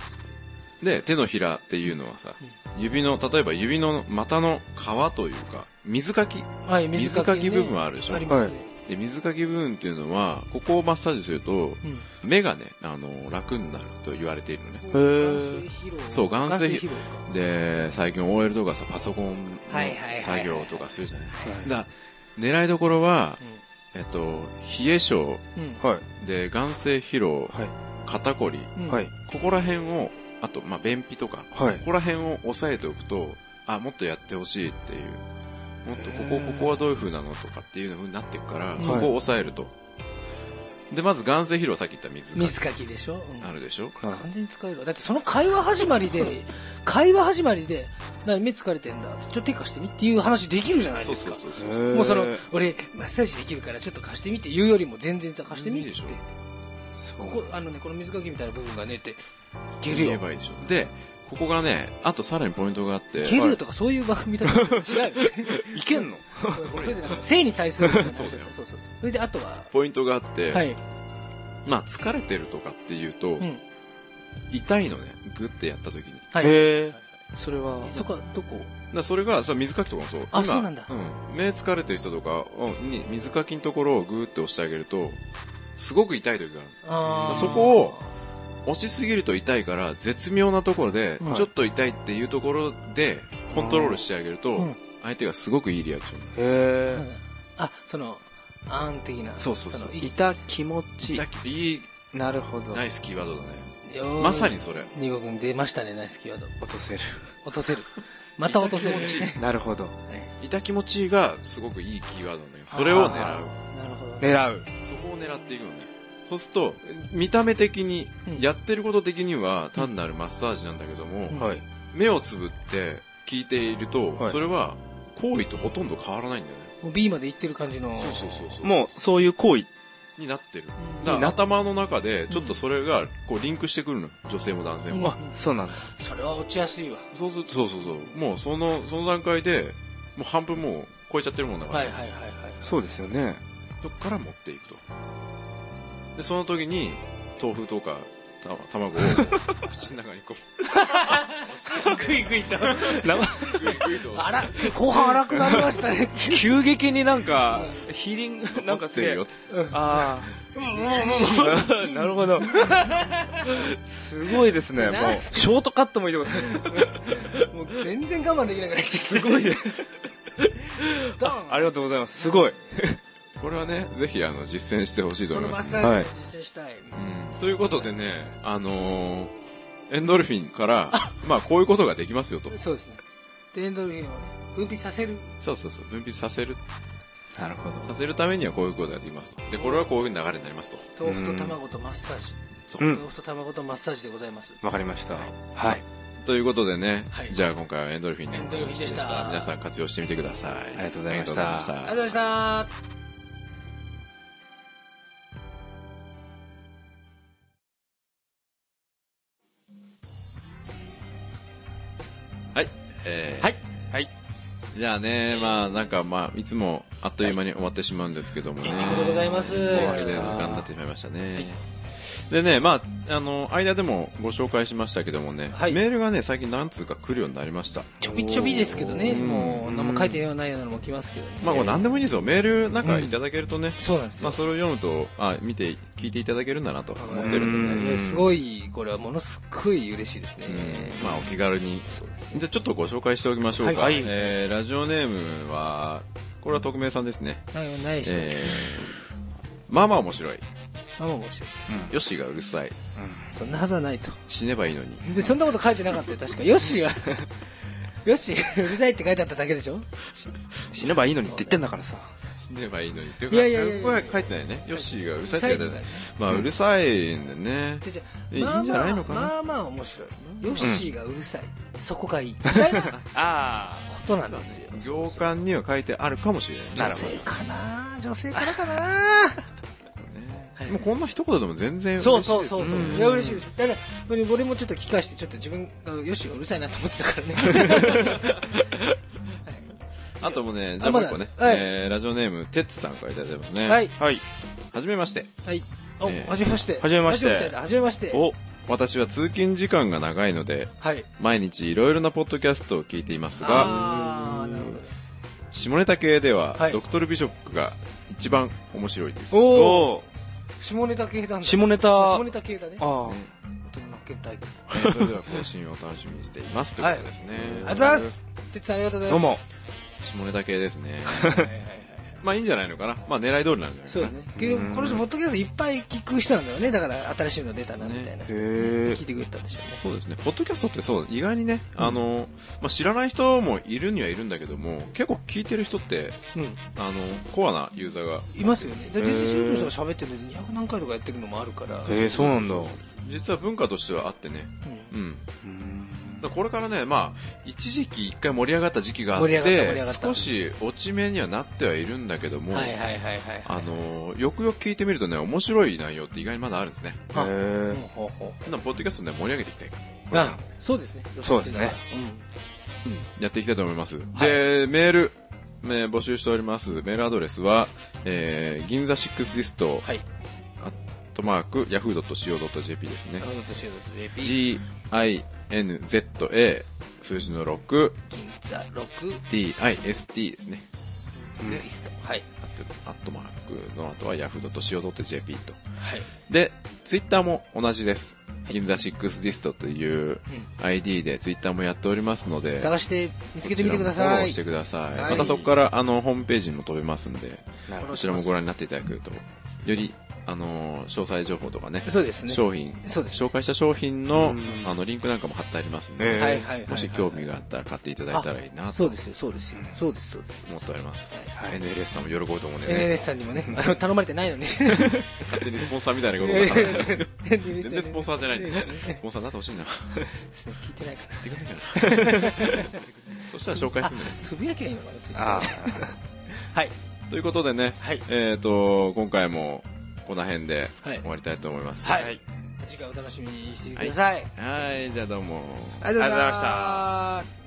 B: で手のひらっていうのはさ、指の例えば指の股の皮というか水かき
C: はい
B: 水かき部分あるでしょ
C: ありますね、
B: で水かき部分っていうのはここをマッサージすると
C: うん
B: 目がねあの楽になると言われているのね
C: 眼
F: ー
C: 性疲労
B: そう眼性疲労
C: 疲労か
B: で最近 OL とかさパソコンの
C: はいはいはいはい
B: 作業とかするじゃない
F: はい
B: だ狙いどころは、えっと、冷え性
C: うん
F: はい
B: で眼性疲労、
F: はい
B: 肩こり
C: うん
F: はい
B: ここら辺をあと、まあ、便秘とか
F: はい
B: ここら辺を押さえておくと、あ、もっとやってほしいっていう。もっとここ、ここはどういう風なのとかっていう風になっていくから、
F: い
B: そこを抑えると。で、まず眼性疲労、さっき言った水が
C: 水かきでしょ、うん
B: あるでしょ
F: はい
C: 完全に使えるわだってその会話始ま
B: <laughs>
C: りで会話始まりで何目疲れてんだちょっと手貸してみっていう話できるじゃない
B: そ
C: で
B: う
C: す
B: そ
C: か
B: うそう
F: へ
B: そう。
F: ー
C: もうその俺マッサージできるからちょっと貸してみって言うよりも全然さ貸してみって言っ
B: 全
C: て
B: 然いいでし
C: ですここあのねこの水かきみたいな部分がねっていける
B: 言え
C: よ
B: ばいいでしょ。で、ここがね、あとさらにポイントがあって、
C: いけるよとかそういう番組だと
B: <laughs>
C: 違うよね
F: いけんの
C: そうじゃなくて性に対する話だから
B: そうだよ
C: そうそうそうそれであとは
B: ポイントがあって、
C: はい
B: まあ疲れてるとかっていうと、
C: うん
B: 痛いのね、グッてやった時に。だか
C: はい
F: へえそれは
C: そこはどこ
B: らそれが、それ水かきとかもそう。
C: あそうなんだ
B: ん目疲れてる人とかうんに水かきのところをグーって押してあげると、すごく痛い時がある。
C: あー
B: そこを押しすぎると痛いから、絶妙なところで、
F: はい
B: ちょっと痛いっていうところで、コントロールしてあげると、
C: うん
B: 相手がすごくいいリアクションになる。
F: へ
C: うんあそのあーん的な
B: そうそうそう
C: の
F: えいた気持ちいい
B: 痛きいい、
F: なるほど
B: ナイスキーワードだね。
C: よーい
B: まさにそれ。
C: ニゴ君出ましたねナイスキーワード
F: 落とせる
C: 落と
B: <laughs>
C: せるまた落とせる
B: 痛気持ちい
F: なるほど
B: い痛気持ちいいがすごくいいキーワードなんだけど、それを狙う。
C: <laughs> なるほどね
F: 狙う
B: そこを狙っていくのね。そうすると、見た目的に、
C: うん
B: やってること的には単なるマッサージなんだけども、
C: うん
F: はい
B: 目をつぶって聞いていると、
F: はい
B: それは行為とほとんど変わらないんだよね。
C: もう B まで行ってる感じの
B: そうそうそうそう。
F: もうそういう行為
B: になってる。
C: う
F: に
B: だ
C: ん
B: から
F: なっ
B: 頭の中で、ちょっとそれが、こう、リンクしてくるの。女性も男性も。
F: あそうなんだ
C: それは落ちやすいわ
B: そうすると、そうそうそう。もう、その、その段階で、もう半分もう、超えちゃってるもんだから、
C: はいはいはいはい
F: そうですよね
B: そこから持っていくと。で、その時に、豆腐とか、た卵を、口の中にこ
C: グイグイと
B: う、グイグイと押
C: あ
B: し
C: ら後半荒くなりましたね
F: 急激になんかヒーリング <laughs> なんか
B: て、
F: す
B: 持って
F: げ
B: る
F: え
B: よっつって
F: ああ。 <laughs> なるほど。すごいですね。も
C: ナイ
F: う、ショートカットもいいってことですね。
C: もう全然我慢できなくなっちゃすごいね <laughs> ドン
F: ありがとうございます。すごい。
B: これはね、ぜひ、あの、実践してほしいと
C: そ
B: 思
C: の
B: い
C: マ
B: ま
C: ッ
B: す、
C: サ
B: ね。
C: ージを実践したい、
B: うん。ということでね、あのーエンドルフィンから、まあ、こういうことができますよと。
C: そうですねでエンドルフィンをね分泌させる
B: そうそうそう、分泌させる、
F: なるほど。
B: させるためにはこういうことができますと。で、これはこういう流れになりますと。
C: 豆腐と卵とマッサージ
B: そう
F: うん。
C: 豆腐と卵とマッサージでございます
F: わかりました。はい。
B: ということでね、
C: はい
B: じゃあ今回はエンドルフィンね
C: エンドルフィンでした
B: 皆さん活用してみてください。
F: ありがとうございました
B: ありがとうございま
C: ありがとうございました
B: はい。えー
C: はい。
F: はい。
B: じゃあね、まあなんかまあ、いつもあっという間に終わってしまうんですけどもね。
C: エンディングでございます
B: もうあれで時間になってしまいましたね。でね、まあ、あの、間でもご紹介しましたけどもね、
C: はい
B: メールがね、最近何通か来るようになりました。
C: ちょびちょびですけどね
B: うん
C: もう何も書いてないようなのも来ますけどね
B: まあ、これ何でもいいんですよ。メールなんかいただけるとね、
C: そうなんです
B: まあ、
C: よ
B: それを読むと、あ、見て、聞いていただけるんだなと思ってるんでね。
F: うん
C: いやすごいこれはものすごい嬉しいですね
B: うんまあ、お気軽に。じゃあ、ちょっとご紹介しておきましょうか。
F: はい
B: えーラジオネームは、これは匿名さんですね。
C: ないないでしょ
B: えー、まあまあ面白い。
C: まあまあ面白い
B: よしがうるさい。
C: そんなはずはないと
B: 死ねばいいのに。
C: でそんなこと書いてなかったよ確かよしが
B: <laughs>
C: よしがうるさいって書いてあっただけでしょ
F: 死ねばいいのにって言ってんだからさ。
B: 死ねばいいのに。って
C: いやいやいやいや
B: これは書いてないね。よしがうるさいって書いてない。まあ、
F: うん
B: うるさいんでね。
C: でじゃあ
B: えいいんじゃないのかな
C: まあまあまあ面白いヨッシーがうるさい、そこがいいみたいなこ
F: あ
C: となんです
B: <laughs>
C: よ
B: 行間には書いてあるかもしれないね。
F: な
C: 女
F: るほど
C: 性かな女性からかな
B: <laughs> ねもうこんな一言でも全然嬉しい。
C: そうそうそううそう、
F: うん
C: いや嬉しい嬉しいだから俺もちょっと聞かしてちょっと自分がヨッシーがうるさいなと思ってたからね
B: <laughs> あともね、じゃあもう一個ね。
C: まだはい
B: えーラジオネーム、てつさんからいただいてますね。
C: はい
F: あ。はい。
B: はじめまして。
C: はいお、
B: えー
C: はじめまして
F: はじめまして
C: ラジオみたいだはじめまして
F: お、
B: 私は通勤時間が長いので、
C: はい
B: 毎日いろいろなポッドキャストを聞いていますが、
C: あーなるほどね
B: 下ネタ系では、
C: はい
B: ドクトルビショップが一番面白いです。
C: おお
F: お
C: 下ネタ系なんだ
F: 下ネタ。
C: 下
F: あ
C: ネタ系だね
F: あ。
C: 本当に負けたいありが
B: えーそれでは更新を楽しみにしています。ということですね。
C: とうございます哲さんありがとうございます
B: 下ネタ系ですね。 <laughs>
C: どうも、はいはいはい
B: まあいいんじゃないのかな。まあ狙い通りなんじゃないかな。
C: <laughs> そうですね。結局、この人、ポッドキャストいっぱい聞く人なんだよね。だから、新しいの出たな、みたいな。
F: へ
C: 聞
F: え。
C: いてくれたんでしょうね。
B: そうですね。ポッドキャストってそう、意外にね、あの、まあ知らない人もいるにはいるんだけども、結構聞いてる人って、
C: うん。
B: あの、コアなユーザーが、
C: いますよね。だって、全然素人さんが喋ってるのに200何回とかやってるのもあるから。
F: えー、そうなんだ。
B: 実は文化としてはあってね、
C: うん
B: うん。だからこれからね、まあ、一時期一回盛り上がった時期があっ
C: 盛り上がった盛り
B: て
C: 上がっ、た
B: 少し落ち目にはなってはいるんだけども、
C: はいはいはいはい
B: あのーよくよく聞いてみるとね、面白い内容って意外にまだあるんですね。
C: あ
F: へ
C: うんほうほ
B: 今、ポッドキャストね、盛り上げていきたいから。
C: うあそうですね
F: そうですね
B: やっていきたいと思います。で、メール、ね、募集しております。メールアドレスは、えー、銀座シックスリスト、
C: はい
B: アットマーク、yahoo.co.jp ですね
C: あ。の年の JP
B: ginza 数字の6、
C: 銀座6
B: dist ですね。
C: リストはい
B: アットアットマークの後は yahoo.co.jp と。
C: はい
B: で、ツイッターも同じです。
C: はい
B: 銀座シックスディストという ID でツイッターもやっておりますので、
C: 探して見つけてみてくだ
B: こちらもフォ
C: さ
B: ロー
C: い
B: してください。
C: はい
B: またそこからあのホームページにも飛べますんで、
F: なる
B: こちらもご覧になっていただけると、より、あのー詳細情報とかね、
C: そうですね
B: 商品、
C: そうです
B: 紹介した商品の
F: うん
B: あのリンクなんかも貼ってありますん
F: え
B: で、
F: ー
C: はいはいはいはい
B: もし興味があったら買っていただいたらいいなと
C: そうですよそうですよそうですそうです
B: 思っております。NLS さんも喜ぶと思うんでね、
C: NLS さんにもねあの頼まれてないのに
B: 勝手にスポンサーみたいなことが分かったんですけど全然スポン
C: ス
B: サーじゃないんで、
C: ね
B: スポンサーになってほしいな。
C: 聞いてない
B: やってく
C: かな
B: れないかなそしたら紹介するんだね。
C: つぶやきゃいいのかなツイッタ
F: あ
C: ーはい
B: ということでね、
C: はい
B: えっ、と、今回もこの辺で
C: はい
B: 終わりたいと思います。
C: はい次回お楽しみにしてください
B: はい、じゃあどうも。
C: ありがとうございました